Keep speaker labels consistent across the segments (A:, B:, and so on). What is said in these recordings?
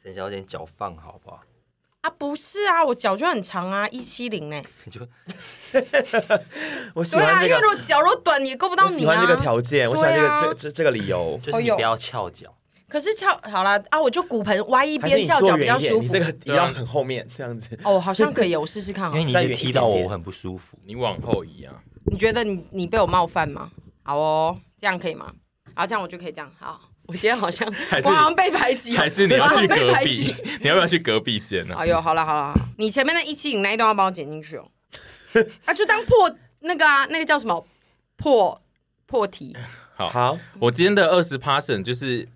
A: 沈小姐，你脚放好不好？
B: 啊，不是啊，我脚就很长啊，一七零呢。
A: 你就
C: 我喜
B: 对啊，
C: 欢这
B: 因为
C: 个
B: 如，果脚若短也够不到
C: 我
B: 你啊。
C: 喜欢这个条件，我喜欢这
B: 对啊
C: 个这这这个理由。
A: 就是你
B: 有
A: 不要翘脚，
B: 可是翘好啦，啊，我就骨盆歪一
C: 还是
B: 边
C: 你
B: 翘
C: 坐
B: 脚比
C: 远
B: 较
C: 一点，
B: 舒
C: 你
B: 服。
C: 这个一定
D: 对
C: 要
D: 啊
C: 很后面这样子。
B: 哦，好像可以，我试试看
A: 因为
B: 哦。
A: 你
C: 再
A: 一
C: 远
A: 直
C: 一
A: 踢
C: 点
A: 到我，
C: 点
A: 我很不舒服。
D: 你往后移啊，
B: 你觉得你你被我冒犯吗？好哦，这样可以吗？好，这样我就可以这样。好，我今天好像
D: 还是
B: 我好像被排挤哦，
D: 还是你要
B: 我好像
D: 去
B: 被
D: 隔
B: 排
D: 壁
B: 挤。？
D: 你要不要去隔壁间呢、啊？
B: 哎呦，好了好了，好啦你前面那一七零那一段要帮我剪进去哦。啊，就当破那个啊，那个叫什么破破题？
D: 好
C: 好，
D: 我今天的二十 passion 就是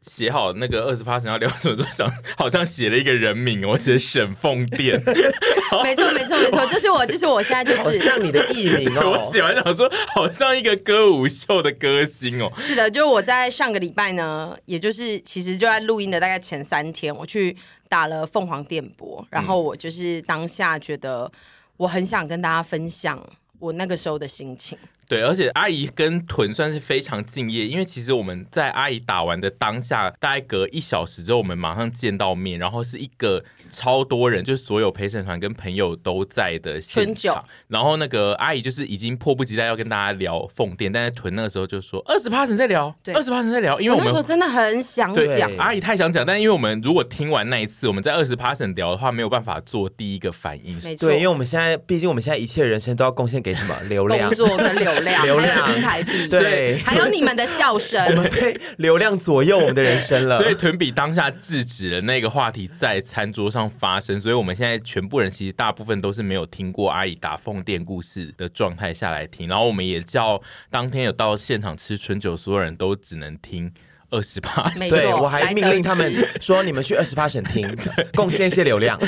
D: 写好那个二十 passion 要聊什么， 就想好像写了一个人名，我写沈凤殿，
B: 没错没错没错，就是我就是我现在就
C: 好
B: 是
C: 哦像你的艺名
D: 我
C: 哦。
D: 写完想说好像一个歌舞秀的歌星哦，
B: 是的，就是我在上个礼拜呢，也就是其实就在录音的大概前三天，我去打了凤凰电波，然后我就是当下觉得我很想跟大家分享我那个时候的心情。
D: 对，而且阿姨跟屯算是非常敬业，因为其实我们在阿姨打完的当下，大概隔一小时之后，我们马上见到面，然后是一个超多人，就是所有陪审团跟朋友都在的现
B: 春酒
D: 场。然后那个阿姨就是已经迫不及待要跟大家聊凤店，但是屯那个时候就说二十八层在聊，
B: 对
D: 二十八层在聊，因为
B: 我
D: 我
B: 那时候
D: 们。
B: 真的很想
D: 对
B: 讲，，
D: 阿姨太想讲，但因为我们如果听完那一次，我们在二十 p a s s o n 聊的话，没有办法做第一个反应，
B: 没错
C: 对，，因为我们现在，毕竟我们现在一切人生都要贡献给 什么流量
B: 工？作跟流量，
C: 流量
B: 还有新台币，
C: 对
B: 还有你们的笑
C: 我
B: 声。
C: 们被流量左右我们的人生 了。
D: 所以屯比当下制止了那个话题在餐桌上发生，所以我们现在全部人其实大部分都是没有听过阿姨打凤店故事的状态下来听，然后我们也叫当天有到现场吃春酒，所有人都只能听二十八
B: 没错
C: 对，我还命令他们
B: 来得
C: 说：“你们去二十八省听， 贡献一些流量。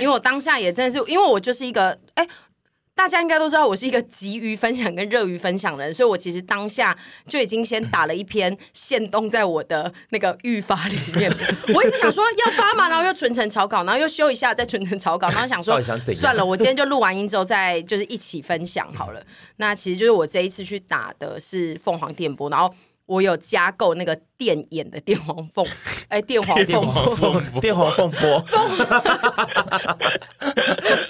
B: 因为我当下也真的是，因为我就是一个哎。大家应该都知道我是一个急于分享跟热于分享的人，所以我其实当下就已经先打了一篇限动在我的那个预发里面。我一直想说要发嘛，然后又存成草稿，然后又修一下再存成草稿，然后想
C: 到
B: 说
C: 底想怎样”
B: 算了，我今天就录完音之后再就是一起分享好了。那其实就是我这一次去打的是凤凰电波，然后我有加购那个电眼的电黄凤，哎，电黄凤凰
D: 凤
C: 电黄凤 波，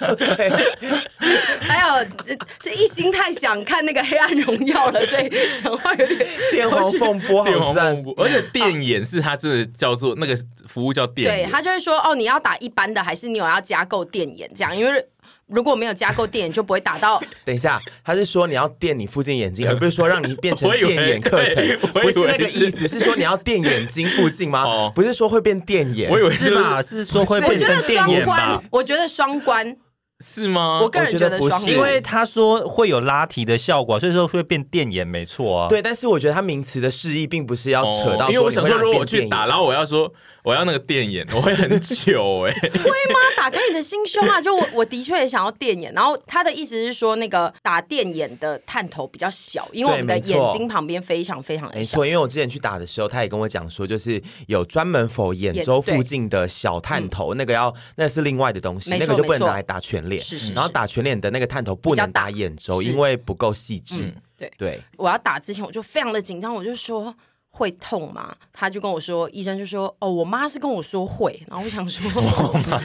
B: 还有呃这一心太想看那个《黑暗荣耀》了，所以讲话有点
C: 电黄凤波，
D: 电
C: 好
D: 王
C: 赞
D: 凤！舞，而且电眼是它真的叫做那个服务叫电
B: 对
D: 眼，
B: 他就会说哦，你要打一般的，还是你有要加购电眼这样？因为如果没有加购电眼，就不会打到。
C: 等一下，他是说你要垫你附近眼睛，而不是说让你变成
D: 呃 我以为
C: 电眼课程
D: 对，我
C: 不
D: 以为
C: 是那个
D: 是
C: 意思，是说你要垫眼睛附近吗
D: 哦？
C: 不是说会变电眼，
D: 我以为
A: 是吧？是说会
C: 我
B: 我
A: 变
B: 觉得
A: 成电
B: 双
A: 眼
B: 关
A: 吧？，
B: 我觉得双关，
D: 是吗？
B: 我个人
C: 我觉得
B: 双
C: 不
B: 关，
C: 是
A: 因为他说会有拉提的效果，所以说会变电眼，没错啊。
C: 对，但是我觉得他名词的释义并不是要扯到，
D: 哦因为我想
C: 说
D: 说，
C: 你会让
D: 如果我
C: 你变
D: 去
C: 电
D: 打，
C: 眼
D: 然后我要说我要那个电眼，我会很糗哎、
B: 对吗？打开你的心胸啊！就我我的确也想要电眼，然后他的意思是说，那个打电眼的探头比较小，因为我们的
C: 对没错
B: 眼睛旁边非常非常的
C: 没
B: 小。
C: 错，因为我之前去打的时候，他也跟我讲说，就是有专门否眼周附近的小探头，那个要那是另外的东西，
B: 嗯没错
C: 那个就不
B: 没
C: 能
B: 错
C: 拿来打全脸。
B: 是是是
C: 然后打全脸的那个探头不能打眼周，
B: 比较大嗯
C: 因为不够细致。
B: 对
C: 对，
B: 我要打之前，我就非常的紧张，我就说会痛吗？他就跟我说，医生就说，哦，我妈是跟我说会，然后我想 说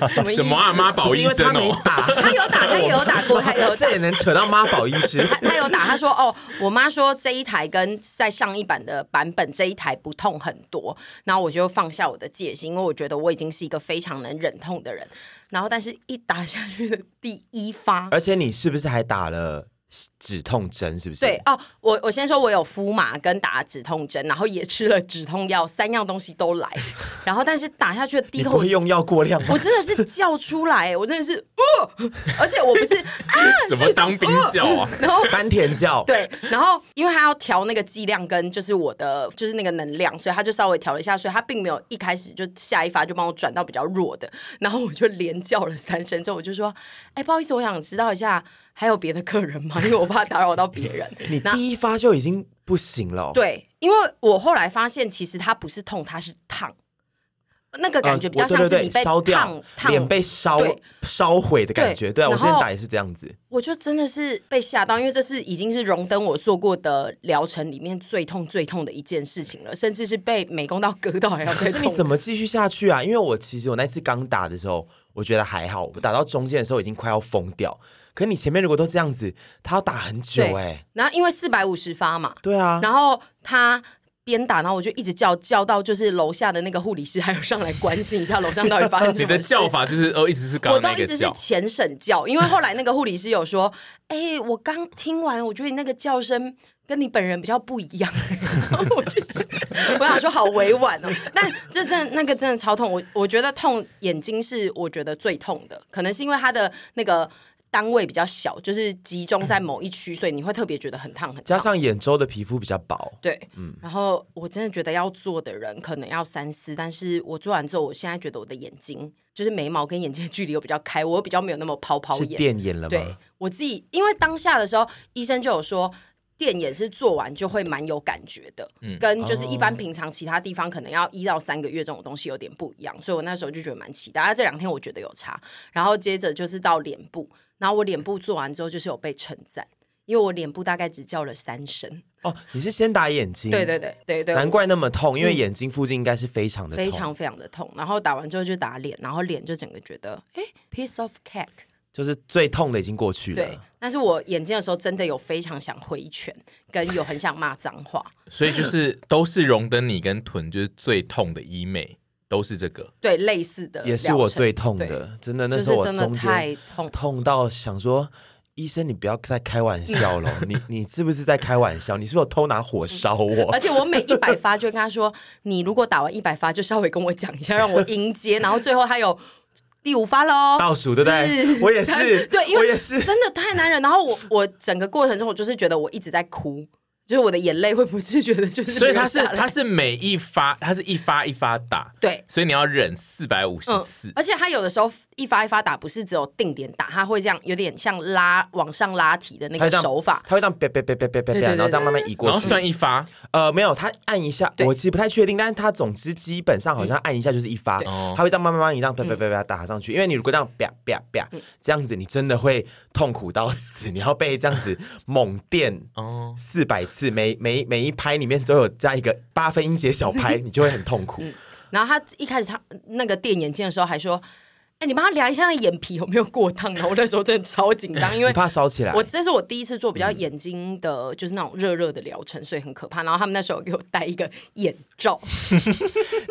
B: 什么意思
D: 什么啊妈宝
C: 不是
D: 医
C: 因为
D: 生
C: 他没
D: 哦、
C: 打，
B: 他有打，他也有打过，他也有打
C: 这。也能扯到妈宝医师。
B: 他他有打，他说哦，我妈说这一台跟在上一版的版本这一台不痛很多，然后我就放下我的戒心，因为我觉得我已经是一个非常能忍痛的人。然后，但是一打下去的第一发，
C: 而且你是不是还打了止痛针？是不是？
B: 对哦，我我先说，我有敷麻跟打止痛针，然后也吃了止痛药，三样东西 都来。然后，但是打下去的第一
C: 你
B: 口
C: 不，会用药过量 吗？
B: 我真的是叫出来，我真的是，哦、而且我不 是啊，
D: 什么
B: 是
D: 当兵叫啊？
B: 然后
C: 丹田教，
B: 对，然后因为他要调那个剂量跟就是我的就是那个能量，所以他就稍微调了一下，所以他并没有一开始就下一发就帮我转到比较弱的，然后我就连叫了三声之后，我就说，哎，不好意思，我想知道一下还有别的客人吗？因为我怕打扰到别人。
C: 你
B: 那
C: 第一发就已经不行了哦。
B: 对，因为我后来发现其实它不是痛，它是烫。那个感觉比较
C: 呃我
B: 像是
C: 对
B: 你
C: 对
B: 被
C: 对烧
B: 烫
C: 掉，
B: 烫
C: 脸被烧
B: 对
C: 烧毁的感觉。
B: 对
C: 对啊，我
B: 然
C: 之
B: 后
C: 前打也是这样子。
B: 我就真的是被吓到，因为这是已经是荣登我做过的疗程里面最痛最痛的一件事情了，甚至是被美工刀割到还要
C: 可
B: 最
C: 是你
B: 痛。
C: 怎么继续下去啊？因为我其实我那次刚打的时候，我觉得还好，我打到中间的时候已经快要疯掉。可你前面如果都这样子，他要打很久
B: 对
C: 哎、
B: 然后因为四百五十发嘛，
C: 对啊，
B: 然后他边打，然后我就一直叫叫到就是楼下的那个护理师还有上来关心一下楼上到底发 生什么事。
D: 你的叫法就是哦，一直是刚
B: 我
D: 刚
B: 都
D: 那
B: 一
D: 个
B: 直是
D: 叫，
B: 前省叫，因为后来那个护理师有说， 哎、我刚听完，我觉得你那个叫声跟你本人比较不一样， 然后我就是我想说好委婉哦，但这真的那个真的超痛，我我觉得痛眼睛是我觉得最痛的，可能是因为它的那个单位比较小，就是集中在某一区，所以你会特别觉得很烫很烫
C: 加。上眼周的皮肤比较薄，
B: 对，
C: 嗯
B: 然后我真的觉得要做的人可能要三思，但是我做完之后，我现在觉得我的眼睛就是眉毛跟眼睛的距离又比较开，我又比较没有那么泡泡
C: 是
B: 眼。
C: 电眼了
B: 对
C: 吗？
B: 我自己，因为当下的时候，医生就有说。电眼是做完就会蛮有感觉的，
C: 嗯
B: 跟就是一
C: 哦
B: 般平常其他地方可能要一到三个月这种东西有点不一样，所以我那时候就觉得蛮期待。啊，这两天我觉得有差，然后接着就是到脸部，然后我脸部做完之后就是有被称赞，因为我脸部大概只叫了三声，
C: 哦，你是先打眼睛，
B: 对对对对对，
C: 难怪那么痛，因为眼睛附近应该是非常的痛，
B: 非常非常的痛。然后打完之后就打脸，然后脸就整个觉得，哎，piece of cake。
C: 就是最痛的已经过去
B: 对
C: 了。，
B: 但是我眼睛的时候真的有非常想挥拳，跟有很想骂脏话。
D: 所以就是都是荣登你跟臀就是最痛的医美，都是这个。
B: 对，类似的
C: 也是我
B: 呃疗程
C: 最痛
B: 对
C: 的，真的，那
B: 就
C: 时候
B: 是
C: 我
B: 真的
C: 中
B: 太
C: 间
B: 痛。
C: 痛到想说，医生你不要再开玩笑了，你你是不是在开玩笑？你是不是有偷拿火烧我
B: 而？且我每一百发就跟他说，你如果打完一百发，就稍微跟我讲一下，让我迎接。然后最后他有第五发喽，
C: 倒数对不对？我也是，
B: 对，因为
C: 我也是，
B: 真的太难忍。然后我我整个过程中，我就是觉得我一直在哭，就是我的眼泪会不自觉的，就是
D: 所以它是
B: 流下来
D: 它是每一发，它是一发一发打，
B: 对。
D: 所以你要忍四百五十
B: 嗯
D: 次，。
B: 而且他有的时候一发一发打，不是只有定点打，他会这样有点像拉往上拉提的那
C: 他会
B: 个
C: 这样
B: 手法，
C: 他会这样别别别别别别，
B: 对对对
C: 然后这样慢慢移
D: 然
C: 过
D: 后
C: 去。
D: 算一发，
C: 呃，没有，他按一下，
B: 对
C: 我其实不太确定，但是他总之基本上好像按一下就是一发，
D: 对哦
C: 他会这样慢慢慢慢一样啪啪啪啪打上去，因为你如果这样啪啪啪这样子，你真的会痛苦到死，你要被这样子猛电
D: 哦
C: 四百次，每每每一拍里面都有加一个八分音节小拍，你就会很痛苦。
B: 然后他一开始他那个垫眼镜的时候还说：“哎、你帮他量一下那眼皮有没有过烫。”然后我那时候真的超紧张，因
C: 你
B: 为
C: 怕烧起来
B: 我，这是我第一次做比较眼睛的，就是那种热热的疗程，所以很可怕。然后他们那时候给我戴一个眼罩，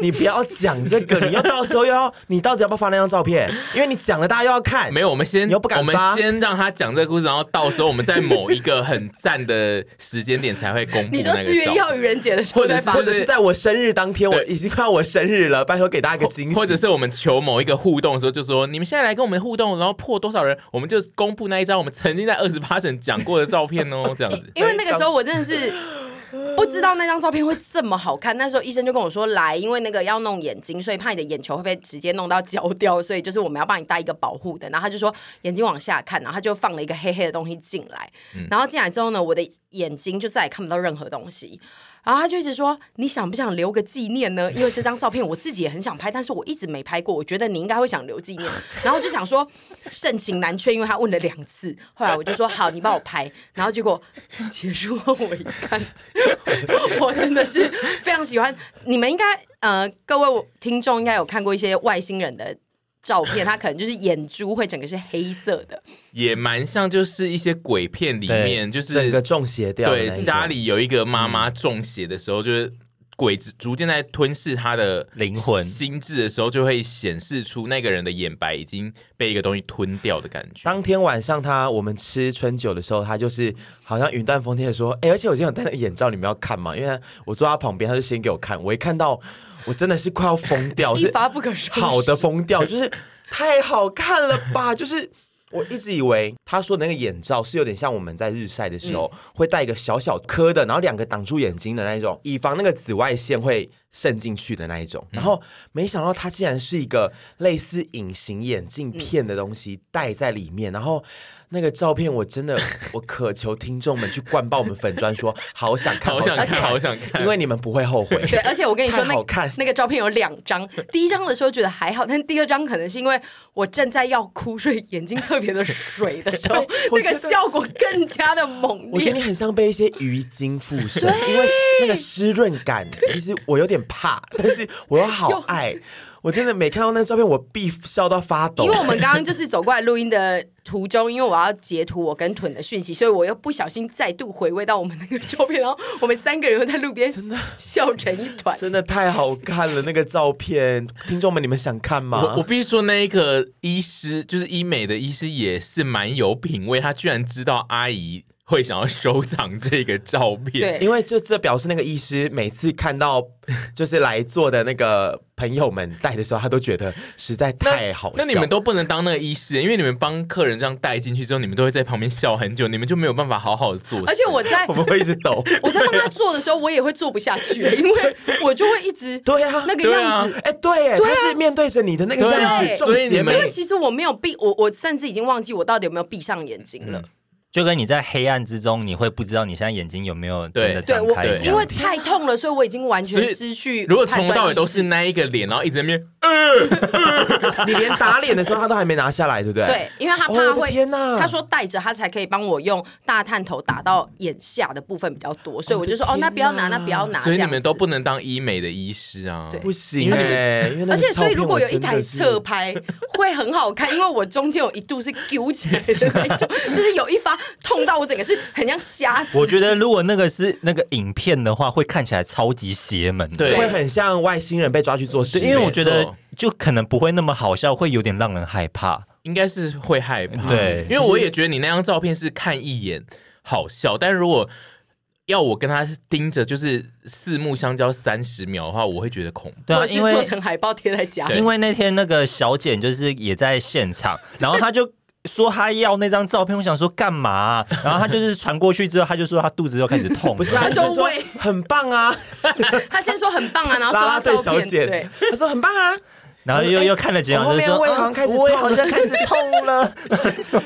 C: 你不要讲这 个，你要到时候又要，你到底要不要发那张照片？因为你讲了，大家又要看。
D: 没有，我们先
C: 你又不敢
D: 我们
C: 发
D: 先让他讲这个故事，然后到时候我们在某一个很赞的时间点才会公布
B: 你说
D: 那
B: 四
D: 个
B: 月
D: 照
B: 一号
D: 片。
B: 愚人节的时候再把。
C: 或者是在我生日当天，我
D: 对
C: 已经快要我生日了，拜托给大家一个惊喜，
D: 或者是我们求某一个互动的时候，就说你们现在来跟我们互动，然后破多少人，我们就公布那一张我们曾经在二十八省讲过的照片哦，这样子
B: 因为那个时候我真的是不知道那张照片会这么好看。那时候医生就跟我说：“来，因为那个要弄眼睛，所以怕你的眼球会被直接弄到焦掉，所以就是我们要帮你戴一个保护的。”然后他就说眼睛往下看，然后他就放了一个黑黑的东西进来。然后进来之后呢，我的眼睛就再也看不到任何东西。然后啊他就一直说：“你想不想留个纪念呢？因为这张照片我自己也很想拍，但是我一直没拍过。我觉得你应该会想留纪念。” 然后就想说盛情难却，因为他问了两次。后来我就说：“好，你帮我拍。”然后结果结束后我一看， 我真的是非常喜欢。你们应该呃，各位听众应该有看过一些外星人的照片，他可能就是眼珠会整个是黑色的。
D: 也蛮像就是一些鬼片里面，就是
C: 整个中邪掉的那一
D: 对
C: 种。
D: 家里有一个妈妈中邪的时候，就是鬼子逐渐在吞噬她的
A: 灵魂
D: 心智的时候，就会显示出那个人的眼白已经被一个东西吞掉的感觉。
C: 当天晚上他我们吃春酒的时候，他就是好像云淡风轻的说：“哎、而且我今天有戴那个眼罩，你们要看吗？”因为我坐他旁边，他就先给我看。我一看到，我真的是快要疯
B: 一
C: 掉，哦是
B: 发不可收拾
C: 好的疯 掉，就是太好看了吧！ 就是我一直以为他说的那个眼罩是有点像我们在日晒
D: 嗯
C: 的时候、会戴一个小小颗的，然后两个挡住眼睛的那一种，以防那个紫外线会渗进去的那一
D: 嗯
C: 种。然后没想到它竟然是一个类似隐形眼镜片的东西戴在里面，然后。那个照片我 真的，我渴求听众们去灌爆我们粉砖，说好想看，
D: 好想
B: 看
D: 好想看
C: 因为你们不会后悔。
B: 对，而且我跟你说，
C: 太
B: 那
C: 好看
B: 那个照片有两张，第一张的时候觉得还好，但第二张可能是因为我正在要哭，所以眼睛特别的水的时候
C: 对， 我
B: 那
C: 觉得
B: 个效果更加的猛
C: 我觉得你
B: 烈。
C: 很像被一些鱼精附身，因为那个湿润感，其实我有点怕，但是我又好爱。我真的每看到那个照片，我必笑到发抖。
B: 因为我们刚刚就是走过来录音的途中，因为我要截图我跟屯的讯息，所以我又不小心再度回味到我们那个照片，然后我们三个人又在路边笑成一团。
C: 真的太好看了，那个照片，听众们你们想看
D: 我我
C: 吗？
D: 必须说，那一个医师就是医美的医师，也是蛮有品味。他居然知道阿姨会想要收藏这个照片，
B: 对
C: 因为就这表示那个医师每次看到就是来做的那个朋友们戴的时候，他都觉得实在太好笑。
D: 那你们都不能当那个医师，因为你们帮客人这样带进去之后，你们都会在旁边笑很久，你们就没有办法好好的做事。
B: 而且我在
C: 我们会一直 抖。
B: 我在帮他做的时候，我也会做不下去，因为我就会一直
C: 对啊，
B: 那个样
D: 对啊
B: 子。
C: 哎对哎，他是面对着你的那个
D: 对
C: 样子，
B: 对
C: 中
D: 所以你
C: 邪
D: 们
C: 魅
B: 因为其实我没有闭，我我甚至已经忘记我到底有没有闭上眼睛了。
D: 嗯
A: 就跟你在黑暗之中，你会不知道你现在眼睛有没有真的
B: 对
A: 张
B: 我
A: 开一
B: 因为
A: 样。
B: 太痛了，所以我已经完
D: 所
B: 全
D: 以
B: 失去判断意识。
D: 如果从头到尾都是那一个脸，然后一直在那边，
C: 你连打脸的时候他都还没拿下来，对不对？
B: 对，因为他
C: 哦我
B: 怕
C: 的
B: 会，
C: 天哪
B: 他说戴着他才可以帮我用大探头打到眼下的部分比较多，所以我就说
C: 我的
B: 哦，
C: 天
B: 那不要拿，那
C: 哪
B: 不要拿。
D: 所
B: 这
D: 以你
B: 样
D: 们
B: 子
D: 都不能当医美的医师啊。
B: 对
C: 不行
D: 而
C: 哎、因为那
B: 而
C: 个
B: 且，
C: 照
B: 所以
C: 片
B: 如果有一
C: 我真的
B: 台
C: 是
B: 侧拍，会很好看，因为我中间有一度是揪起来的那 种，就是有一发痛到我整个是很像瞎子。
A: 我觉得如果那个是那个影片的话，会看起来超级邪门的。
D: 对
C: 会很像外星人被抓去做实
A: 对，
C: 验，
A: 因为我觉
D: 没
A: 得
D: 错
A: 就可能不会那么好笑，会有点让人害怕。
D: 应该是会害怕。
A: 对
D: 因为我也觉得你那张照片是看一眼好笑，但如果要我跟他盯着，就是四目相交三十秒的话，我会觉得恐怖。
A: 对啊，
B: 我是
A: 因为
B: 做成海报贴在家里，
A: 因为那天那个小简就是也在现场， 然后他就。说他要那张照片，我想说干嘛 啊、然后他就是传过去之后，他就说他肚子又开始痛了。
C: 不是 啊，
B: 他说
C: 就说
B: 喂
C: 很棒啊，
B: 他先说很棒啊， 然后
C: 拉拉
B: 收
C: 队
B: 到
C: 小
B: 照片，
C: 姐
B: 对，，
C: 他说很 棒啊，
A: 然后又
C: 哎
A: 又看了几眼，
C: 我后
A: 就
C: 面
A: 说
C: 胃好像
A: 嗯
C: 开始
A: 胃
C: 痛
A: 好
C: 了
A: 像开始痛了。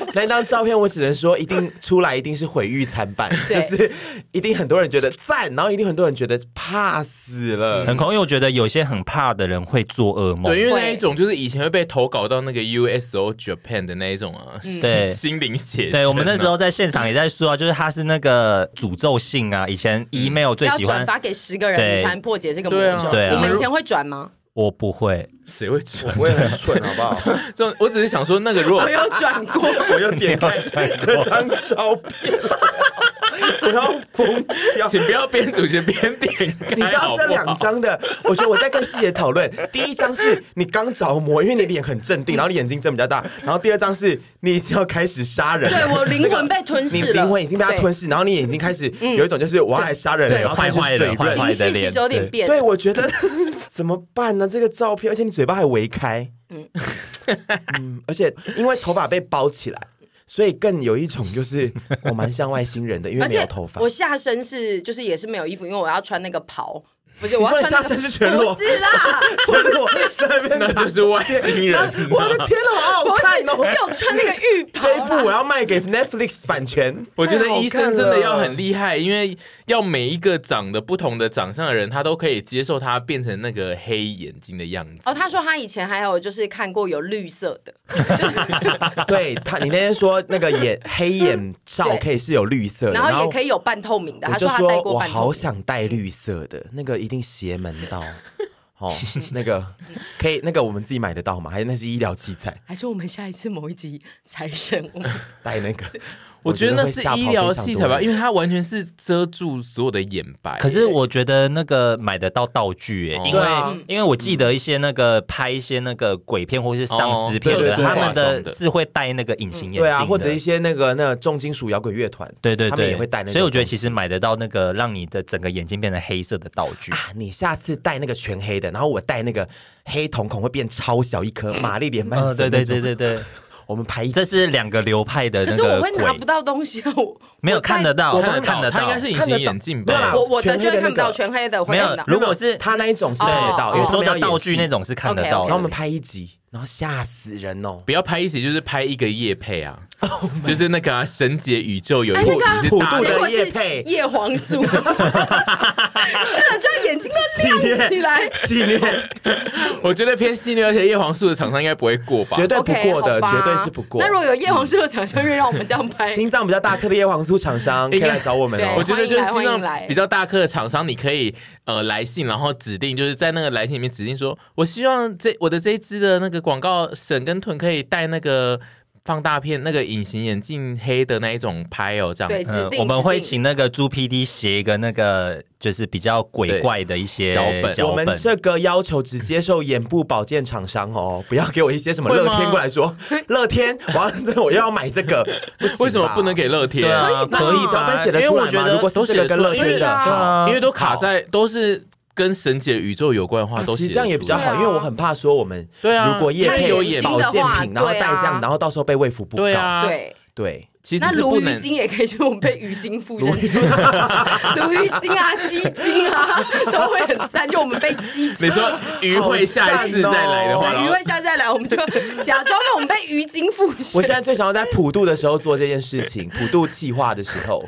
C: 那张照片我只能说，一定出来一定是毁誉参半，就
B: 对
C: 是一定很多人觉得赞，然后一定很多人觉得怕死了。
A: 很恐怖，因为我觉得有些很怕的人会做噩梦。
D: 对，因为那
B: 会
D: 一种就是以前会被投稿到那个 USO Japan 的那一种啊，心
A: 对
D: 心灵写真啊。
A: 对我们那时候在现场也在说啊，就是 他是那个诅咒性啊，以前
C: 嗯
A: email 最
B: 要
A: 喜欢
B: 转发给十个
A: 对
B: 人，你才能破解这个魔
D: 对啊
B: 咒。
A: 对啊
B: 你们以前会转吗？
A: 我不会，
D: 谁会转？
C: 我也很蠢，好不好？
D: 这种我只是想说，那个如果
B: 我有转 过，
C: 我又点开这张照片， 我要疯掉
D: 请不要边主角边点开，
C: 你知道这
D: 好
C: 两
D: 不好
C: 张的，我觉得我在跟细节讨论。第一张是你刚着魔，因为你脸很镇定，然后你眼睛睁比较大。然后第二张是你已经要开始杀人了，
B: 对我灵魂被吞噬
C: 你
B: 了，
C: 灵魂已经被他
B: 对嗯
C: 吞噬，然后你眼睛开始有一种就是我要来杀人了，
B: 对
C: 然后开
A: 坏
C: 始
A: 坏的
C: 水
A: 坏
C: 润
A: 坏。
B: 情绪其实有点变。
C: 对，我觉得怎么办呢？这个照片，而且你嘴巴还围开， 嗯，而且因为头发被包起来，所以更有一种就是我蛮像外星人的，因为
B: 而
C: 没有
B: 且
C: 头发
B: 我。下身是就是也是没有衣服，因为我要穿那个袍，不 是
C: 你
B: 我
C: 说
B: 要
C: 你
B: 穿那
C: 下
B: 个
C: 身是全裸
B: 不是啦，
C: 全裸在那边
D: 那
C: 打
D: 就是外星人啊
C: 电 我的天哪，好好看
B: 不
C: 哦！
B: 是是有穿那个浴袍
C: 这一
B: 啦。
C: 部我要卖给 Netflix 版权。
D: 我觉得医生真的要很
C: 厉
D: 厉害，因为要每一个长得不同的长相的人，他都可以接受他变成那个黑眼睛的样子。
B: 哦，他说他以前还有就是看过有绿色的，
C: 害。对他，你那天说那个眼黑眼罩
B: 对
C: 可以是有绿色的，
B: 然后也可
C: 以。
B: 以有半透明的。
C: 我
B: 他
C: 就
B: 说他
C: 说
B: 戴过
C: 我
B: 半透
C: 好
B: 明。
C: 想戴绿色的，那个一定邪门 到。哦，那个可以，那个我们自己买得到吗？还是那是医疗器材？
B: 还是我们下一次某一集财神，我们
C: 戴 那个，
D: 我觉得那
C: 会
D: 是
C: 吓跑
D: 医疗
C: 非常
D: 器
C: 多
D: 材吧，
C: 人
D: 因为它完全是遮住所有的眼白。
A: 可是我觉得那个买得到道具、欸，
D: 哦
A: 因
C: 哎对
A: 为、
C: 啊
A: 因为我记得一些那个拍一些那个鬼片或是丧尸片
C: 哦对
A: 的，
C: 对
A: 他们
D: 化妆
A: 的
D: 的
A: 是会戴那个隐形眼镜的
C: 对啊，或者一些那个那个重金属摇滚乐团，
A: 对对
C: 他们
A: 对，
C: 也会戴那种东西。
A: 所以我觉得其实买得到那个让你的整个眼睛变成黑色的道具，
C: 啊，你下次戴那个全黑的，然后我戴那个黑瞳孔会变超小一颗，玛丽莲曼
A: 嗯、对
C: 森、
A: 对对，对对，
C: 我们排一
A: 这
C: 集
A: 是两个流派的
B: 可
A: 那
B: 是我
A: 个
B: 会拿不
A: 鬼，
B: 到东西啊，我
A: 没有
B: 我在
A: 看得到，
D: 看得
A: 看得
D: 到，他应该是隐形眼镜
C: 看得
D: 吧
C: 到？
B: 我我的
C: 全黑
B: 就会
C: 的
B: 看
C: 那
B: 不到
C: 个
B: 全黑的，我会
A: 没有
B: 看不到。
A: 如果是
C: 他那一种是看得到，
B: 哦
C: 因
A: 有
C: 为
A: 时
C: 他
A: 候
C: 们要
A: 的
C: 演
A: 道具
C: 戏
A: 那。种是看得
B: OK，OK
A: 到
C: 然
A: 的
C: 后我们拍一集，然后吓死人哦！
D: 不要拍一集，就是拍一个夜配啊，就是那个啊神姐宇宙有一
B: 哎
D: 集
B: 那个啊
D: 是
C: 普
D: 大
C: 渡
B: 结
D: 的
C: 的
B: 果是
C: 业配
B: 叶黄 素，吃了之后眼睛都亮起来。
C: 系列
D: 我觉得偏戏虐，而且叶黄素的厂商应该不会过吧？
C: 绝对不
B: OK，
C: 过的，
B: 好吧
C: 绝对是不过嗯
B: 那。如果有叶黄素的厂商愿意让我们这样拍，
C: 心脏比较大颗的叶黄素厂商可以
D: 应该
C: 来找我们
D: 我
C: 哦
B: 对。
D: 觉得就是
B: 欢迎来
D: 心脏
B: 欢迎来
D: 比较大颗的厂商，你可以呃来信，然后指定就是在那个来信里面指定说，我希望这我的这一支的那个广告沈跟屯可以带那个放大片那个隐形眼镜黑的那一种拍哦，这样
B: 对，
D: 子。
B: 指
A: 嗯，
B: 定
A: 我们
B: 指
A: 会
B: 定
A: 请那个朱 PD 写一个那个就是比较鬼怪的一些
D: 对脚本
A: 脚
C: 我们
A: 本
C: 这个要求只接受眼部保健厂商哦，不要给我一些什么乐
D: 会
C: 天
D: 吗
C: 过来说，乐天，我要我又要买这个，
D: 为什么不能给乐天？
A: 对啊，可以
C: 你脚本
A: 吧？
C: 写
A: 因
C: 得
A: 为
C: 出
A: 我
C: 来
A: 觉
C: 吗？
A: 得
C: 如果是这个跟乐天
B: 对
C: 的，
B: 啊
A: 对
C: 好
A: 啊，
D: 因为都卡在都是跟神姐宇宙有关的话，
C: 啊
D: 都
C: 其
D: 写
C: 实这样也比较好，
B: 对啊
C: 因为我很怕说我们
D: 对啊
C: 如果业
D: 太
C: 配
D: 有眼
C: 保
B: 睛
C: 健
B: 的话
C: 品，然后带
B: 对啊
C: 这样，然后到时候被卫福部
D: 对
C: 告，
D: 啊，，
B: 对。
C: 对，
D: 其实
B: 那
D: 是
B: 鲈
D: 不
B: 鱼
D: 能。
B: 精也可以，就是我们被鱼精附身去， 鲈鱼精啊、鸡精啊，都会很赞。就我们被鸡精
D: 你， 说于会下一次再来的话，
B: 哦对，
D: 然
B: 鱼
D: 后
B: 会下次再来，我们就假装我们被鱼精附身。
C: 我现在最想要在普渡的时候做这件事情，普渡企划的时 候，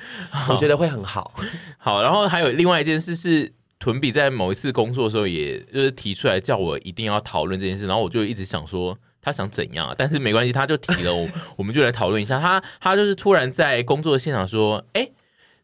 C: 我觉得会很好。
D: 好，然后还有另外一件事是。屯比在某一次工作的时候，也就是提出来叫我一定要讨论这件事，然后我就一直想说他想怎样啊，但是没关系，他就提了，我 我们就来讨论一下。他他就是突然在工作现场说：“哎、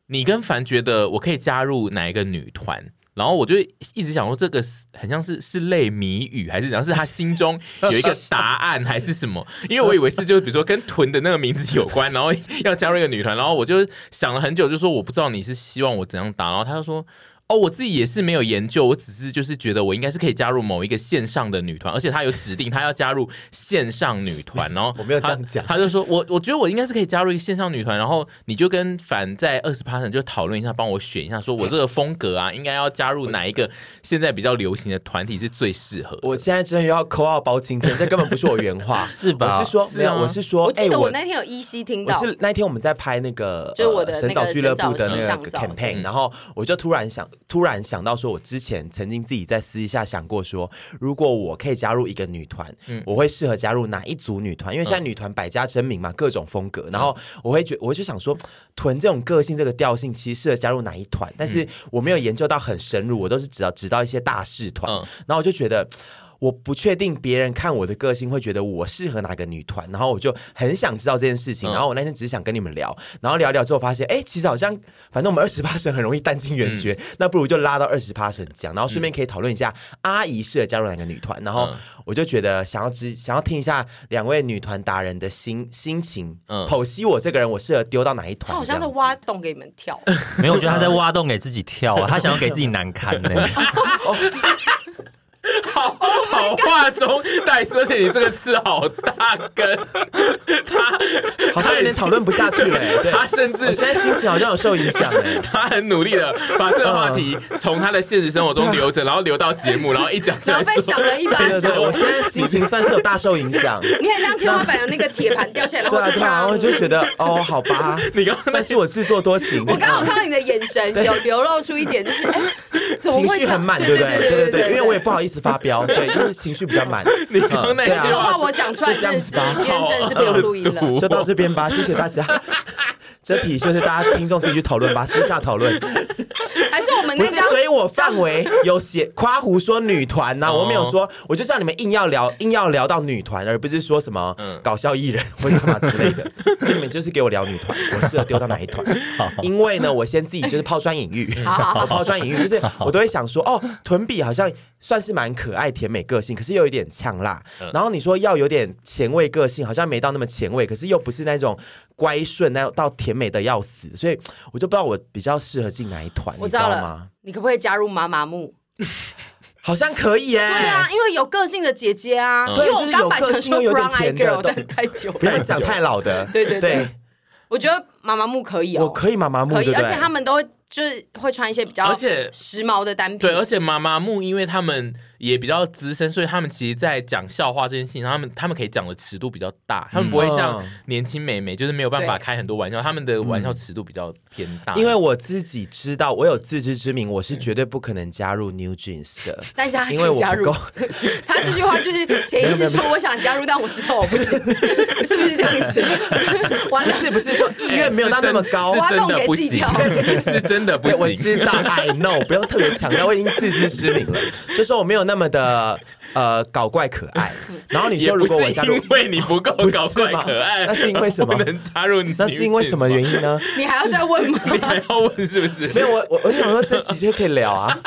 D: 你跟凡觉得我可以加入哪一个女团？”然后我就一直想说，这个是很像是是类谜语，还是讲是他心中有一个答案，还是什么？ 因为我以为是就是比如说跟臀的那个名字有关，然后要加入一个女团，然后我就想了很久，就说我不知道你是希望我怎样打，然后他就说。哦，我自己也是没有研究，我只是就是觉得我应该是可以加入某一个线上的女团，而且他有指定他要加入线上女团，然后
C: 我没有这样
D: 他
C: 讲
D: 他就说我我觉得我应该是可以加入一个线上女团，然后你就跟凡在二十趴上就讨论一下，帮我选一下，说我这个风格啊，应该要加入哪一个现在比较流行的团体是最适合的。
C: 我现在真的要扣二包青天，这根本不是我原 话，
A: 是啊吧
C: 我是说
D: 是
C: 没有，
D: 吗
C: 我是说，
B: 我
C: 哎
B: 记，得我
C: 我
B: 那天有依稀听
C: 我
B: 到，
C: 是那天我们在拍那个
B: 就是我的
C: 呃
B: 那个
C: 神早俱乐部的
B: 神
C: 那
B: 早
C: 个
B: 形象照
C: campaign，然后我就突然想，突然想到说，我之前曾经自己在私下想过说，如果我可以加入一个女团，我会适合加入哪一组女团？因为现在女团百家争鸣嘛，各种风格，然后我会觉，我就想说，屯这种个性这个调性，其实适合加入哪一团？但是我没有研究到很深入，我都是知道知道一些大势团
D: 嗯，
C: 然后我就觉得。我不确定别人看我的个性会觉得我适合哪个女团，然后我就很想知道这件事情。
D: 嗯
C: 然后我那天只是想跟你们聊，然后聊一聊之后发现，哎、其实好像反正我们二十八神很容易弹尽援绝，
D: 嗯
C: 那不如就拉到二十八神讲，然后顺便可以讨论一下阿姨适合加入哪个女团。然后
D: 嗯
C: 我就觉得想要知想要听一下两位女团达人的心心情，
D: 嗯
C: 剖析我这个人我适合丢到哪一
B: 他
C: 团。
B: 好像在
C: 这样子
B: 挖洞给你们 跳。
A: 没有，我觉得他在挖洞给自己跳啊，他想要给自己难堪呢。
D: 好
B: Oh
D: 好话中带刺，而且你这个刺好大根，他
C: 好像有点讨论不下去了、 欸。对，
D: 他甚
C: 我
D: 至
C: 现在心情好像有受影响哎、
D: 他很努力的把这个话题
C: 嗯
D: 从他的现实生活
C: 啊
D: 中留着，然后留到节目，然后一讲出
B: 然
D: 来
B: 后被
D: 说
B: 赏了一巴
C: 对对对，我
B: 掌。
C: 现在心情算是有大受影响。
B: 你很像天花板有那个铁盘掉下来，然后
C: 对啊，对啊，我就
B: 得。
C: 觉得哦，好吧，
D: 你刚刚
C: 算是我自作多情。
B: 我刚好看到你的眼神有流露出一点，就是哎，怎么
C: 情
B: 会
C: 绪
B: 这
C: 很
B: 样
C: 满，
B: 对
C: 不
B: 对
C: 对？对
B: 对
C: 对，因为我也
B: 对
C: 不好意思发飙，对，就是情绪比较 满。
D: 你刚刚那
C: 嗯
D: 一
C: 对啊
B: 这
D: 句
B: 种话
D: 话，
B: 我讲出来真的是，
C: 啊
B: 今天真的是不用录音了。
C: 就到这边吧，谢谢大 家。这题就是大家听众自己去讨论吧，私下讨论。
B: 还是我们
C: 不
B: 那
C: 是，
B: 张
C: 所以我范围有写夸胡说女团呐、
D: 哦
C: 我没有说，我就叫你们硬要聊，硬要聊到女团，而不是说什么
D: 嗯
C: 搞笑艺人或者干嘛之类 的。就你们就是给我聊女团，我适合丢到哪一团？因为呢，我先自己就是抛砖引玉，
B: 好 好好
C: 我抛砖引玉，就是我都会想说，哦，臀比好像算是蛮可爱甜美个性，可是又有点呛辣。然后你说要有点前卫个性，好像没到那么前卫，可是又不是那种乖顺那到甜美的要死，所以我就不知道我比较适合进哪一团，
B: 我
C: 你
B: 知
C: 知
B: 道
C: 道
B: 了
C: 吗？，
B: 你可不可以加入妈妈木？
C: 好像可以耶、
B: 对啊，因为有个性的姐姐啊，因
C: 对
B: 为我刚本来想说
C: 哎嗯就是有
B: Brown
C: 个
B: Eye
C: 性又有
B: Girl，
C: 点甜的
B: 但太久
C: 不要
B: 了，
C: 讲太老的。
B: 对对对我觉得妈妈木可以哦，
C: 我可以妈妈木，
B: 可以，
C: 对不
B: 而
C: 对
B: 且他们都会就是会穿一些比较
D: 而且
B: 时髦的单品，
D: 对，而且妈妈木，因为他们也比较资深，所以他们其实，在讲笑话这件事情上，他们他们可以讲的尺度比较大，他们不会像
C: 嗯
D: 年轻美眉，就是没有办法
B: 对
D: 开很多玩笑，他们的玩笑尺度比较偏大。
C: 因为我自己知道，我有自知之明，我是绝对不可能加入 New Jeans 的，
B: 但是他
C: 因为
B: 想
C: 我
B: 加
C: 不
B: 入
C: 够，，
B: 他这句话就是潜意识说我想加入，但我知道我不行，是不是这样子？完
C: 不
B: 了，
C: 是 不是说意愿没有到那么高啊
D: 是。
B: 真挖洞
D: 真的不行， 是真的不
C: 对，我
D: 行。
C: 知道，I know，不用特别强调，我已经自知之明了。就说我没有那么的呃搞怪可爱。然后你
D: 也
C: 说
D: 不
C: 如
D: 是
C: 果我加入
D: 因，为你不够
C: 不是
D: 搞怪
C: 吗
D: 可爱，
C: 那是因为什么
D: 不能加入女警 吗？
C: 那是因为什么原因呢？
B: 你还要再问吗？
D: 你还要问是不是？
C: 没有，我我我想说这期就可以聊 啊。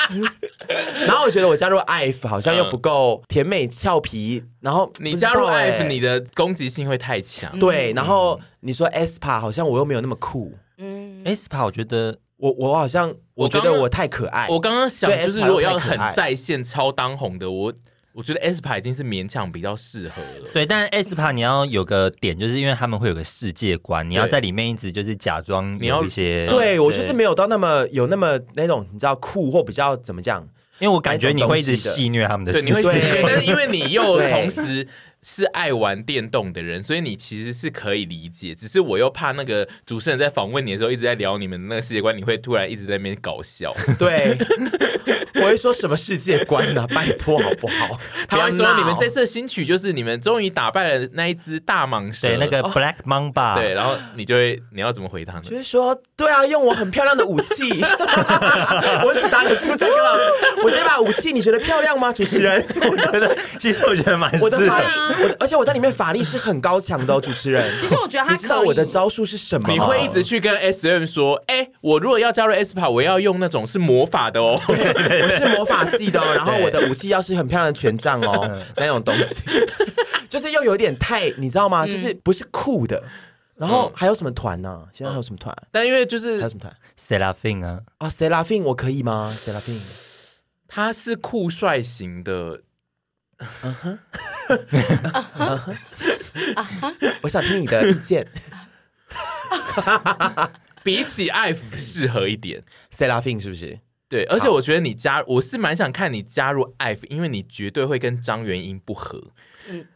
C: 然后我觉得我加入 IF 好像又不够甜美俏皮，然后
D: 你
C: 不知道
D: 加入
C: 欸
D: F，你的攻击性会太强。
C: 对，然后你说 SPA 好像我又没有那么酷，
B: 嗯，
A: SPA 我觉得
C: 我我好像我觉
D: 刚
C: 得
D: 刚
C: 我太可爱，
D: 我刚刚想，
C: 对
D: 就是
C: S 牌
D: 如果要
C: 太可
D: 很
C: 爱
D: 在线超当红的，我我觉得 S 牌已经是勉强比较适合了。
A: 对，但 SPA 你要有个点，就是因为他们会有个世界观，你要
D: 对
A: 在里面一直就是假装
D: 你要
A: 有一些，
C: 对我就是没有到那么有那么那种你知道酷或比较怎么讲，
A: 因为我感觉你会一直
C: 那种东西的
A: 戏虐他们的
D: 对，
A: 世
D: 你会
A: 界
D: 喜
A: 观，
C: 对
D: 欢，但是因为你又
C: 对
D: 同时是爱玩电动的人，所以你其实是可以理解。只是我又怕那个主持人在访问你的时候一直在聊你们的那个世界观，你会突然一直在那边 搞笑。
C: 对，我会说什么世界观 呢、拜托好不好？
D: 他
C: 不要
D: 会说
C: 闹
D: 你们这次的新曲就是你们终于打败了那一只大蟒蛇，
A: 对那个 Black Mamba，
D: 哦对，然后你就会你要怎么回他呢？
C: 就是说，对啊，用我很漂亮的武器， 我只打得出这个，我这把武器你觉得漂亮吗？主持人，我觉得
A: 其实我觉得蛮
C: 我的
A: 适
C: 法
A: 合
C: 力，我的而且我在里面法力是很高强的哦，主持人。
B: 其实我觉得他
C: 你知道
B: 可以
C: 我的招数是什么吗？
D: 你会一直去跟 S M 说，哎、我如果要加入 S 跑，我要用那种是魔法的哦。
C: 我是魔法系的、哦，然后我的武器要是很漂亮的权杖
D: 嗯
C: 哦，那种东西， 就是又有点太，你知道
D: 嗯
C: 吗？就是不是酷的。然后还有什么团呢、现在还有什么团？
D: 但因为就
C: 还
D: 是
C: 有什么团
A: Seraphine 啊，
C: 啊 s e l a f i n 我可以吗 s e l a f i n
D: 他是酷帅型的，
C: 我想听你的意见
D: 比起 F 适合一 点。
C: s e l a f i n 是不是？
D: 对，而且我觉得你加，我是蛮想看你加入 F，因为你绝对会跟张元英不合。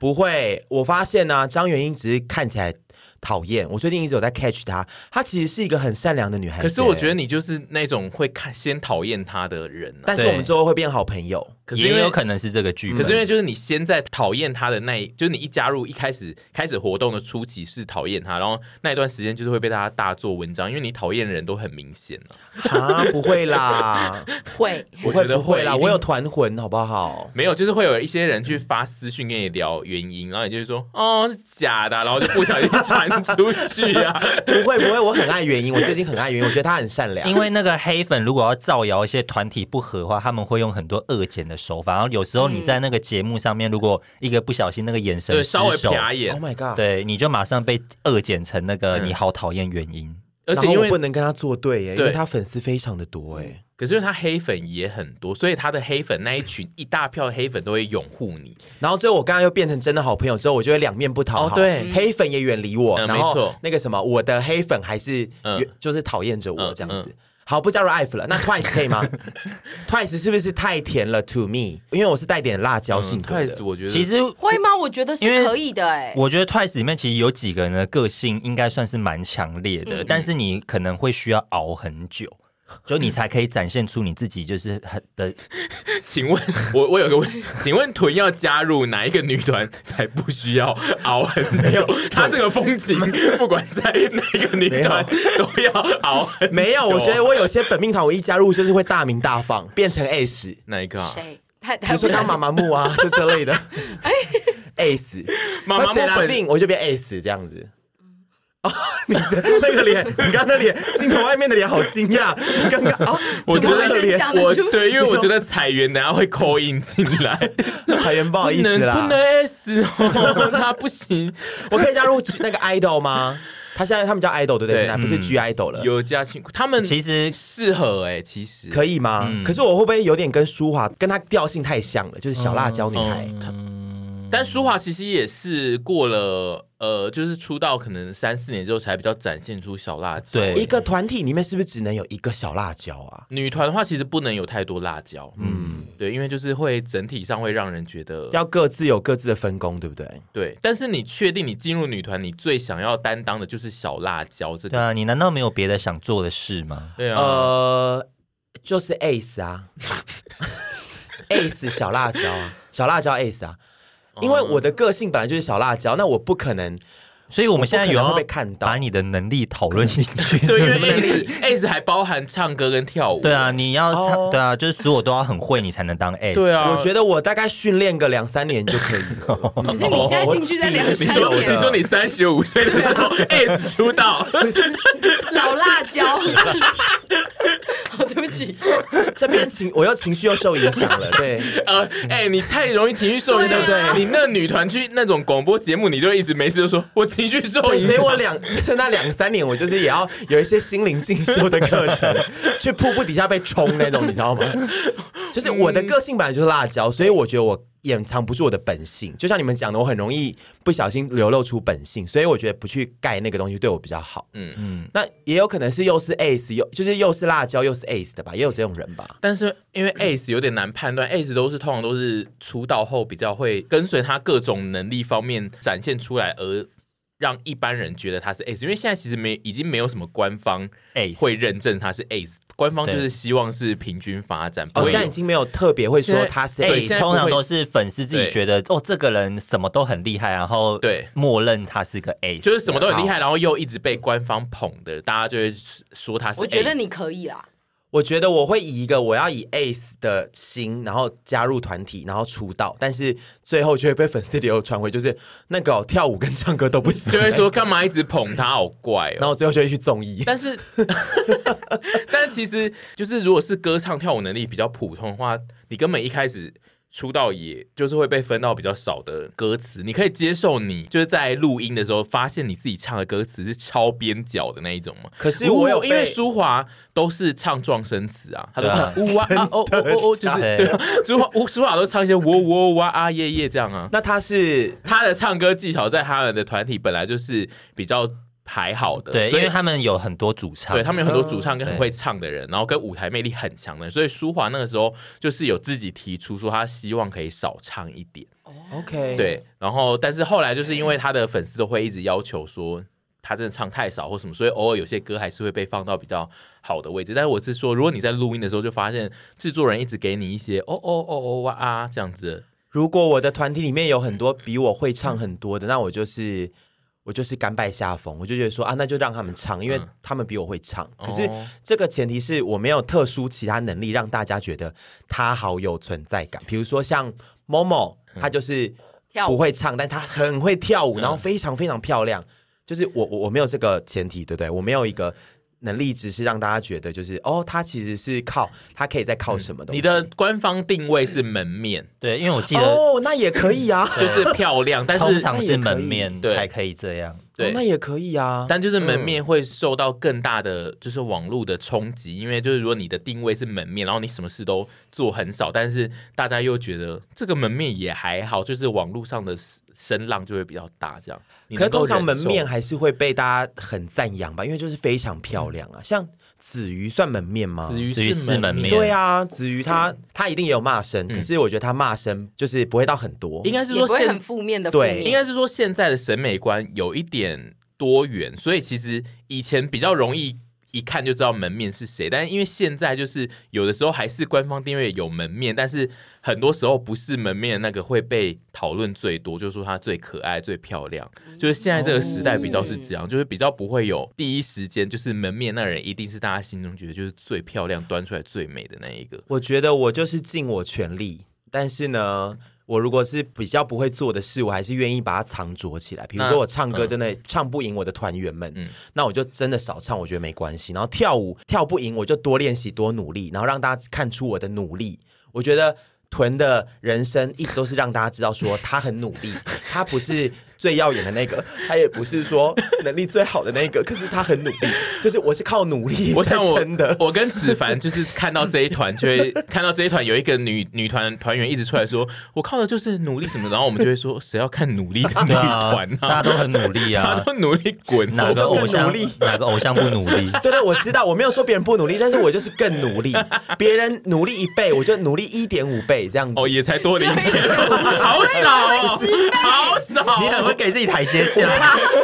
C: 不会，我发现呢、张元英只是看起来讨厌。我最近一直有在 catch 她，她其实是一个很善良的女
A: 哎
C: 孩子。
D: 可是我觉得，你就是那种会看先讨厌他的人、啊，
C: 但是我们之后会变好朋友。
D: 可是因
A: 也
D: 为
A: 有可能是这个剧
D: 可
A: 本，
D: 是因为就是你先在讨厌他的那一，就是你一加入一开始开始活动的初期是讨厌他，然后那一段时间就是会被大家大做文章，因为你讨厌的人都很明显啊。
C: 啊，不会 啦，
B: 会。
C: 不
D: 觉
C: 会
D: 得
C: 不会啦，
D: 一定
C: 我有团魂，好不好？
D: 没有，就是会有一些人去发私讯跟你聊原因，然后你就会说哦是假的啊、然后就不小心传出去 啊。
C: 不会不会，我很爱元英，我最近很爱元英，我觉得她很善良。
A: 因为那个黑粉如果要造谣一些团体不合的话，他们会用很多恶剪的手法。然后有时候你在那个节目上面，如果一个不小心那个眼神
D: 对，
A: 失
D: 稍微
A: 手
D: 瞟一
C: Oh
D: 眼，
C: my god！，
A: 对，你就马上被恶剪成那个
D: 嗯
A: 你好讨厌原因。
D: 而且因
C: 我
D: 为
C: 不能跟她作对耶，因
D: 对
C: 为她粉丝非常的多哎。
D: 可是因为他黑粉也很多，所以他的黑粉那一群一大票黑粉都会拥护你。
C: 然后最后我刚刚又变成真的好朋友之后，我就会两面不讨
D: 哦
C: 好，
D: 对
C: 黑粉也远离我，
D: 嗯
C: 然
D: 没
C: 后
D: 错
C: 那个什么，我的黑粉还是
D: 嗯
C: 远就是讨厌着
D: 嗯
C: 我这样子。好，不加入 IF 了，那 Twice 可以 吗？Twice 是不是太甜了？To me，因为我是带点辣椒性格
D: 嗯开始
C: 的。
D: 我觉得
A: 其实
B: 会吗？我觉得是
A: 因为
B: 可以的哎、
A: 我觉得 Twice 里面其实有几个人的个性应该算是蛮强烈
D: 嗯
A: 的，但是你可能会需要熬很久。 就你才可以展现出你自己，就是很的，
D: 请问， 我我有个问，请问屯要加入哪一个女团才不需要熬很久？他这个风景，不管在哪一个女团都要熬很久。
C: 没有，我觉得我有些本命团，我一加入就是会大名大放，变成 S。
D: 哪一个啊？
B: 谁？太
C: 比
B: 太
C: 如说当妈妈木啊，就这 类的。S，
D: 妈妈木
C: 那谁拉
D: 本
C: 近我就变 S 这样子。
B: 嗯
C: 哦，你的那个脸，你刚刚那脸，镜头外面的脸好惊讶。你刚刚哦，
D: 我觉
C: 怎么会
D: 得
C: 那个脸
B: 讲得
D: 我
B: 出
D: 对，因为我觉得彩源等下会扣印进来，
C: 海源不 好
D: 不
C: 意思
D: 能不
C: 啦，
D: 能 S 哦，他 不行。
C: 我可以加入那个 idol 吗？他现在他们叫 idol 对不对？
D: 对嗯
C: 现在不是 G idol 了，
D: 有家亲，他们
A: 其实
D: 适合哎，其实
C: 可以
D: 嗯
C: 吗？可是我会不会有点跟舒华跟她调性太像了？就是小辣椒女孩，
D: 嗯但舒华其实也是过了呃，就是出道可能三四年之后才比较展现出小辣椒。
A: 对
C: 一个团体里面是不是只能有一个小辣椒啊？
D: 女团的话，其实不能有太多辣椒，嗯，对，因为就是会整体上会让人觉得
C: 要各自有各自的分工，对不对？
D: 对。但是你确定你进入女团，你最想要担当的就是小辣椒这
A: 对
D: 个？
A: 啊，你难道没有别的想做的事吗？
D: 对啊，
C: 呃，就是 Ace 啊 ，Ace 小辣椒啊，小辣椒 Ace 啊。因为我的个性本来就是小辣椒，那我不可能
A: 所以我们现在有
C: 我
A: 要
C: 不可能会被看到
A: 把你的能力讨论进去，
D: 对，因
A: 是
D: 为
A: 不是
D: Ace Ace 还包含唱歌跟跳舞。
A: 对啊，你要唱，
C: 哦
A: 对啊，就是所有都要很会，你才能当 A。
D: 对，啊，
C: 我觉得我大概训练个两三年就可以了。
B: 可是你现在进去在两
D: 你
B: 三
D: 说
B: 年
D: 你说
B: 了，
D: 你三十五岁的时 候，S 出道，
B: 老辣椒。哦，对不起，
C: 这边情我又情绪又受影响了，对，
D: 呃，哎、你太容易情绪受影响，
B: 对啊
D: 你那女团去那种广播节目，你就一直没事就说我情绪受
C: 对
D: 影响，
C: 哦所以我两 那两三年我就是也要有一些心灵进修的课 程，去瀑布底下被冲那种，你知 道吗？就是我的个性本来就是辣椒，所以我觉得我掩藏不住我的本性，就像你们讲的，我很容易不小心流露出本性，所以我觉得不去盖那个东西对我比较好。
D: 嗯
C: 嗯嗯，那也有可能是又是 ace 又就是又是辣椒又是 ace 的吧，也有这种人吧。
D: 但是因为 S 有点难判断，S 都是通常都是出道后比较会跟随他各种能力方面展现出来，而让一般人觉得他是 E S，因为现在其实没已经没有什么官方
C: E
A: Ace
D: 会认证他是 S，官方就是希望是平均发展，不
C: 哦，
D: 会
C: 现在
D: 有
C: 已经没有特别会
D: 现
C: 说
D: 在
C: 他是
D: 对
C: ace，
D: 现在
A: 通常
D: 不会
A: 都是粉丝自己
D: 对
A: 觉得哦，这个人什么都很厉害，然后
D: 对
A: 默认他是个 A，
D: 就是什么都很厉害，然后又一直被官方捧的，大家就会说他是 S。
B: 我觉得你可以啦。
C: 我觉得我会以一个我要以 ace 的心，然后加入团体，然后出道，但是最后却会被粉丝流传回就是那个哦、跳舞跟唱歌都不行，
D: 就会说干嘛一直捧他，好怪
C: 然
D: 哦。
C: 后最后就会去综艺。
D: 但是， 但其实就是如果是歌唱跳舞能力比较普通的话，你根本一开始。出道也就是会被分到比较少的歌词，你可以接受你就是在录音的时候发现你自己唱的歌词是超边角的那一种吗？
C: 可是我有
D: 因
C: 被
D: 为舒华都是唱撞声词啊，他都唱呜哇啊哦哦
C: 真的
D: 哦哦，就是
A: 假的
D: 对啊，舒华舒华都唱一些喔喔哇啊耶耶这样啊。
C: 那他是
D: 他的唱歌技巧在他们的团体本来就是比较还好的，
A: 对，因
D: 所以
A: 为他们有很多主唱，
D: 对他们有很多主唱跟很会唱的人，然后跟舞台魅力很强的人，所以舒华那个时候就是有自己提出说他希望可以少唱一点，
C: OK，，
D: 对，然后但是后来就是因为他的粉丝都会一直要求说。他真的唱太少或什么，所以偶尔有些歌还是会被放到比较好的位置。但是我是说，如果你在录音的时候就发现制作人一直给你一些哦哦哦哦哇啊这样子的
C: 如果我的团体里面有很多比我会唱很多的，那我就是。我就是甘拜下风，我就觉得说啊，那就让他们唱，因为他们比我会唱。可是
D: 嗯哦
C: 这个前提是我没有特殊其他能力让大家觉得他好有存在感。比如说像 Momo，他
D: 嗯
C: 就是
B: 跳舞
C: 不会唱，但他很会跳舞，然后非常非常漂亮。就是我我我没有这个前提，对不对？我没有一个能力，只是让大家觉得就是哦，他其实是靠他可以在靠什么东西。
D: 嗯你的官方定位是门面，
A: 对，因为我记得
C: 哦，那也可以啊。
D: 就是漂亮，但
A: 通
D: 是
A: 常是门面
D: 对
A: 才可以这 样，
C: 哦
D: 对
C: 那。也可以啊。
D: 但就是门面会受到更大的就是网络的冲击，因为就是如果你的定位是门面，然后你什么事都做很少，但是大家又觉得这个门面也还好，就是网络上的声浪就会比较大，这样。你
C: 可是
D: 能
C: 通
D: 够
C: 常
D: 忍
C: 门
D: 受
C: 面还是会被大家很赞扬吧，因为就是非常漂亮啊。像子瑜算门面吗？
D: 子
A: 子瑜
D: 瑜
A: 是
D: 是
A: 门
D: 门
A: 面
C: 对啊，子瑜他他一定也有骂声，可是我觉得他骂声就是不会到很多。
D: 应该是
B: 也不
D: 说
B: 会
D: 现
B: 很负面的负
C: 对
B: 面，
D: 应该是说现在的审美观有一点多元，所以其实以前比较容易一看就知道门面是谁，但是因为现在就是有的时候还是官方订阅有门面，但是很多时候不是门面的那个会被讨论最多，就是说她最可爱、最漂亮，就是现在这个时代比较是这样，就是比较不会有第一时间就是门面那人一定是大家心中觉得就是最漂亮、端出来最美的那一个。
C: 我觉得我就是尽我全力，但是呢，我如果是比较不会做的事，我还是愿意把它藏拙起来。比如
D: 那
C: 说我唱
D: 嗯
C: 歌真的唱不赢我的团员们，那我就真的少唱，我觉得没关系。然后跳舞跳不赢，我就多练习多努力，然后让大家看出我的努力。我 觉得。屯的人生一直都是让大家知道，说他很努力，他不是最耀眼的那个，他也不是说能力最好的那个，可是他很努力，就是我是靠努力
D: 我
C: 才
D: 想我
C: 撑的。
D: 我跟子凡就是看到这一团，就会看到这一团有一个女女团团员一直出来说，我靠的就是努力什么，然后我们就会说，谁要看努力的女
A: 对啊
D: 团，
A: 大家
D: 啊？
A: 都很努力
D: 大 家
A: 啊，
D: 都努力滚，
A: 哪个
C: 我就更
A: 偶像
C: 努力
A: 哪个偶像不努 力？
C: 对对，我知道，我没有说别人不努力，但是我就是更努力。别人努力一倍，我就努力一点五倍这样子。
D: 哦，也才多零点
B: 所以
D: 五， 好少哦
B: 所以十倍，
D: 好少，
A: 你很会给自己台阶下，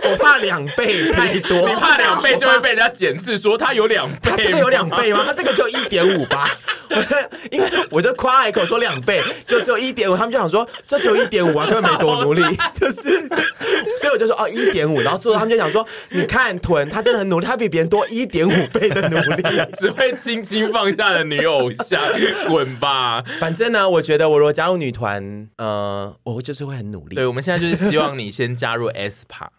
C: 我怕两倍太多，
D: 你怕两倍就会被人家检视说他有两倍，
C: 他这个有两倍吗？他这个就一点五吧。 我在因为我就夸一口说两倍，就只有一点五，他们就想说这只有一点五啊，根本没多 努力，就是，所以我就说哦一点五，然后最后他们就想说，你看屯他真的很努力，他比别人多一点五倍的努力。
D: 只会轻轻放下的女偶像，滚吧！
C: 反正呢，我觉得我如果加入女团，呃，我就是会很努力
D: 对，。我们现在就是希望你先加入 S p a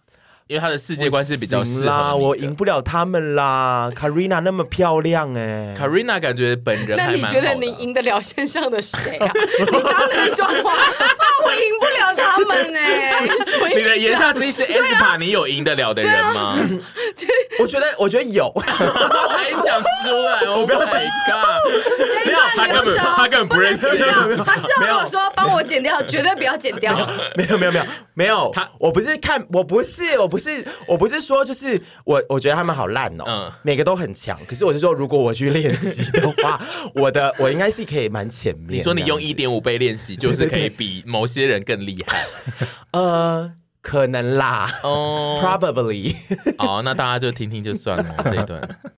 D: 因为他的世界观是比较适
C: 我赢
D: 合
C: 啦，
D: 你的
C: 我赢不了他们啦。Karina 那么漂亮哎、
D: Karina 感觉本人
B: 那
D: 还
B: 你
D: 蛮
B: 觉得
D: 好
B: 你
D: 的啊。
B: 赢得了线上的谁啊？你刚那一段话，啊，我赢不了他们呢、什么意思啊
D: 你的言下之 意是
B: 啊
D: S p a 你有赢得了的人吗？
C: 我觉得，我觉得有。
D: 我还讲出来， 我不要 my god！
B: 这一段
D: 没有他根
B: 留
D: 本
B: 着，
D: 他根本不认识
B: 能剪掉
D: 没
B: 他是要跟我说帮我剪掉，绝对不要剪掉。
C: 没有没有没有没有，
D: 他
C: 我不是看，我不是我不是我不是说就是我我觉得他们好烂哦，
D: 嗯
C: 每个都很强，可是我是说如果我去练习的话， 我的我应该是可以蛮前面。
D: 你说你用
C: 这
D: 一
C: 样子
D: 点五倍练习，就是可以比某些人更厉害
C: 呃，可能啦、
D: 哦。
C: p r o b a b l y
D: 好，那大家就听听就算了这一段。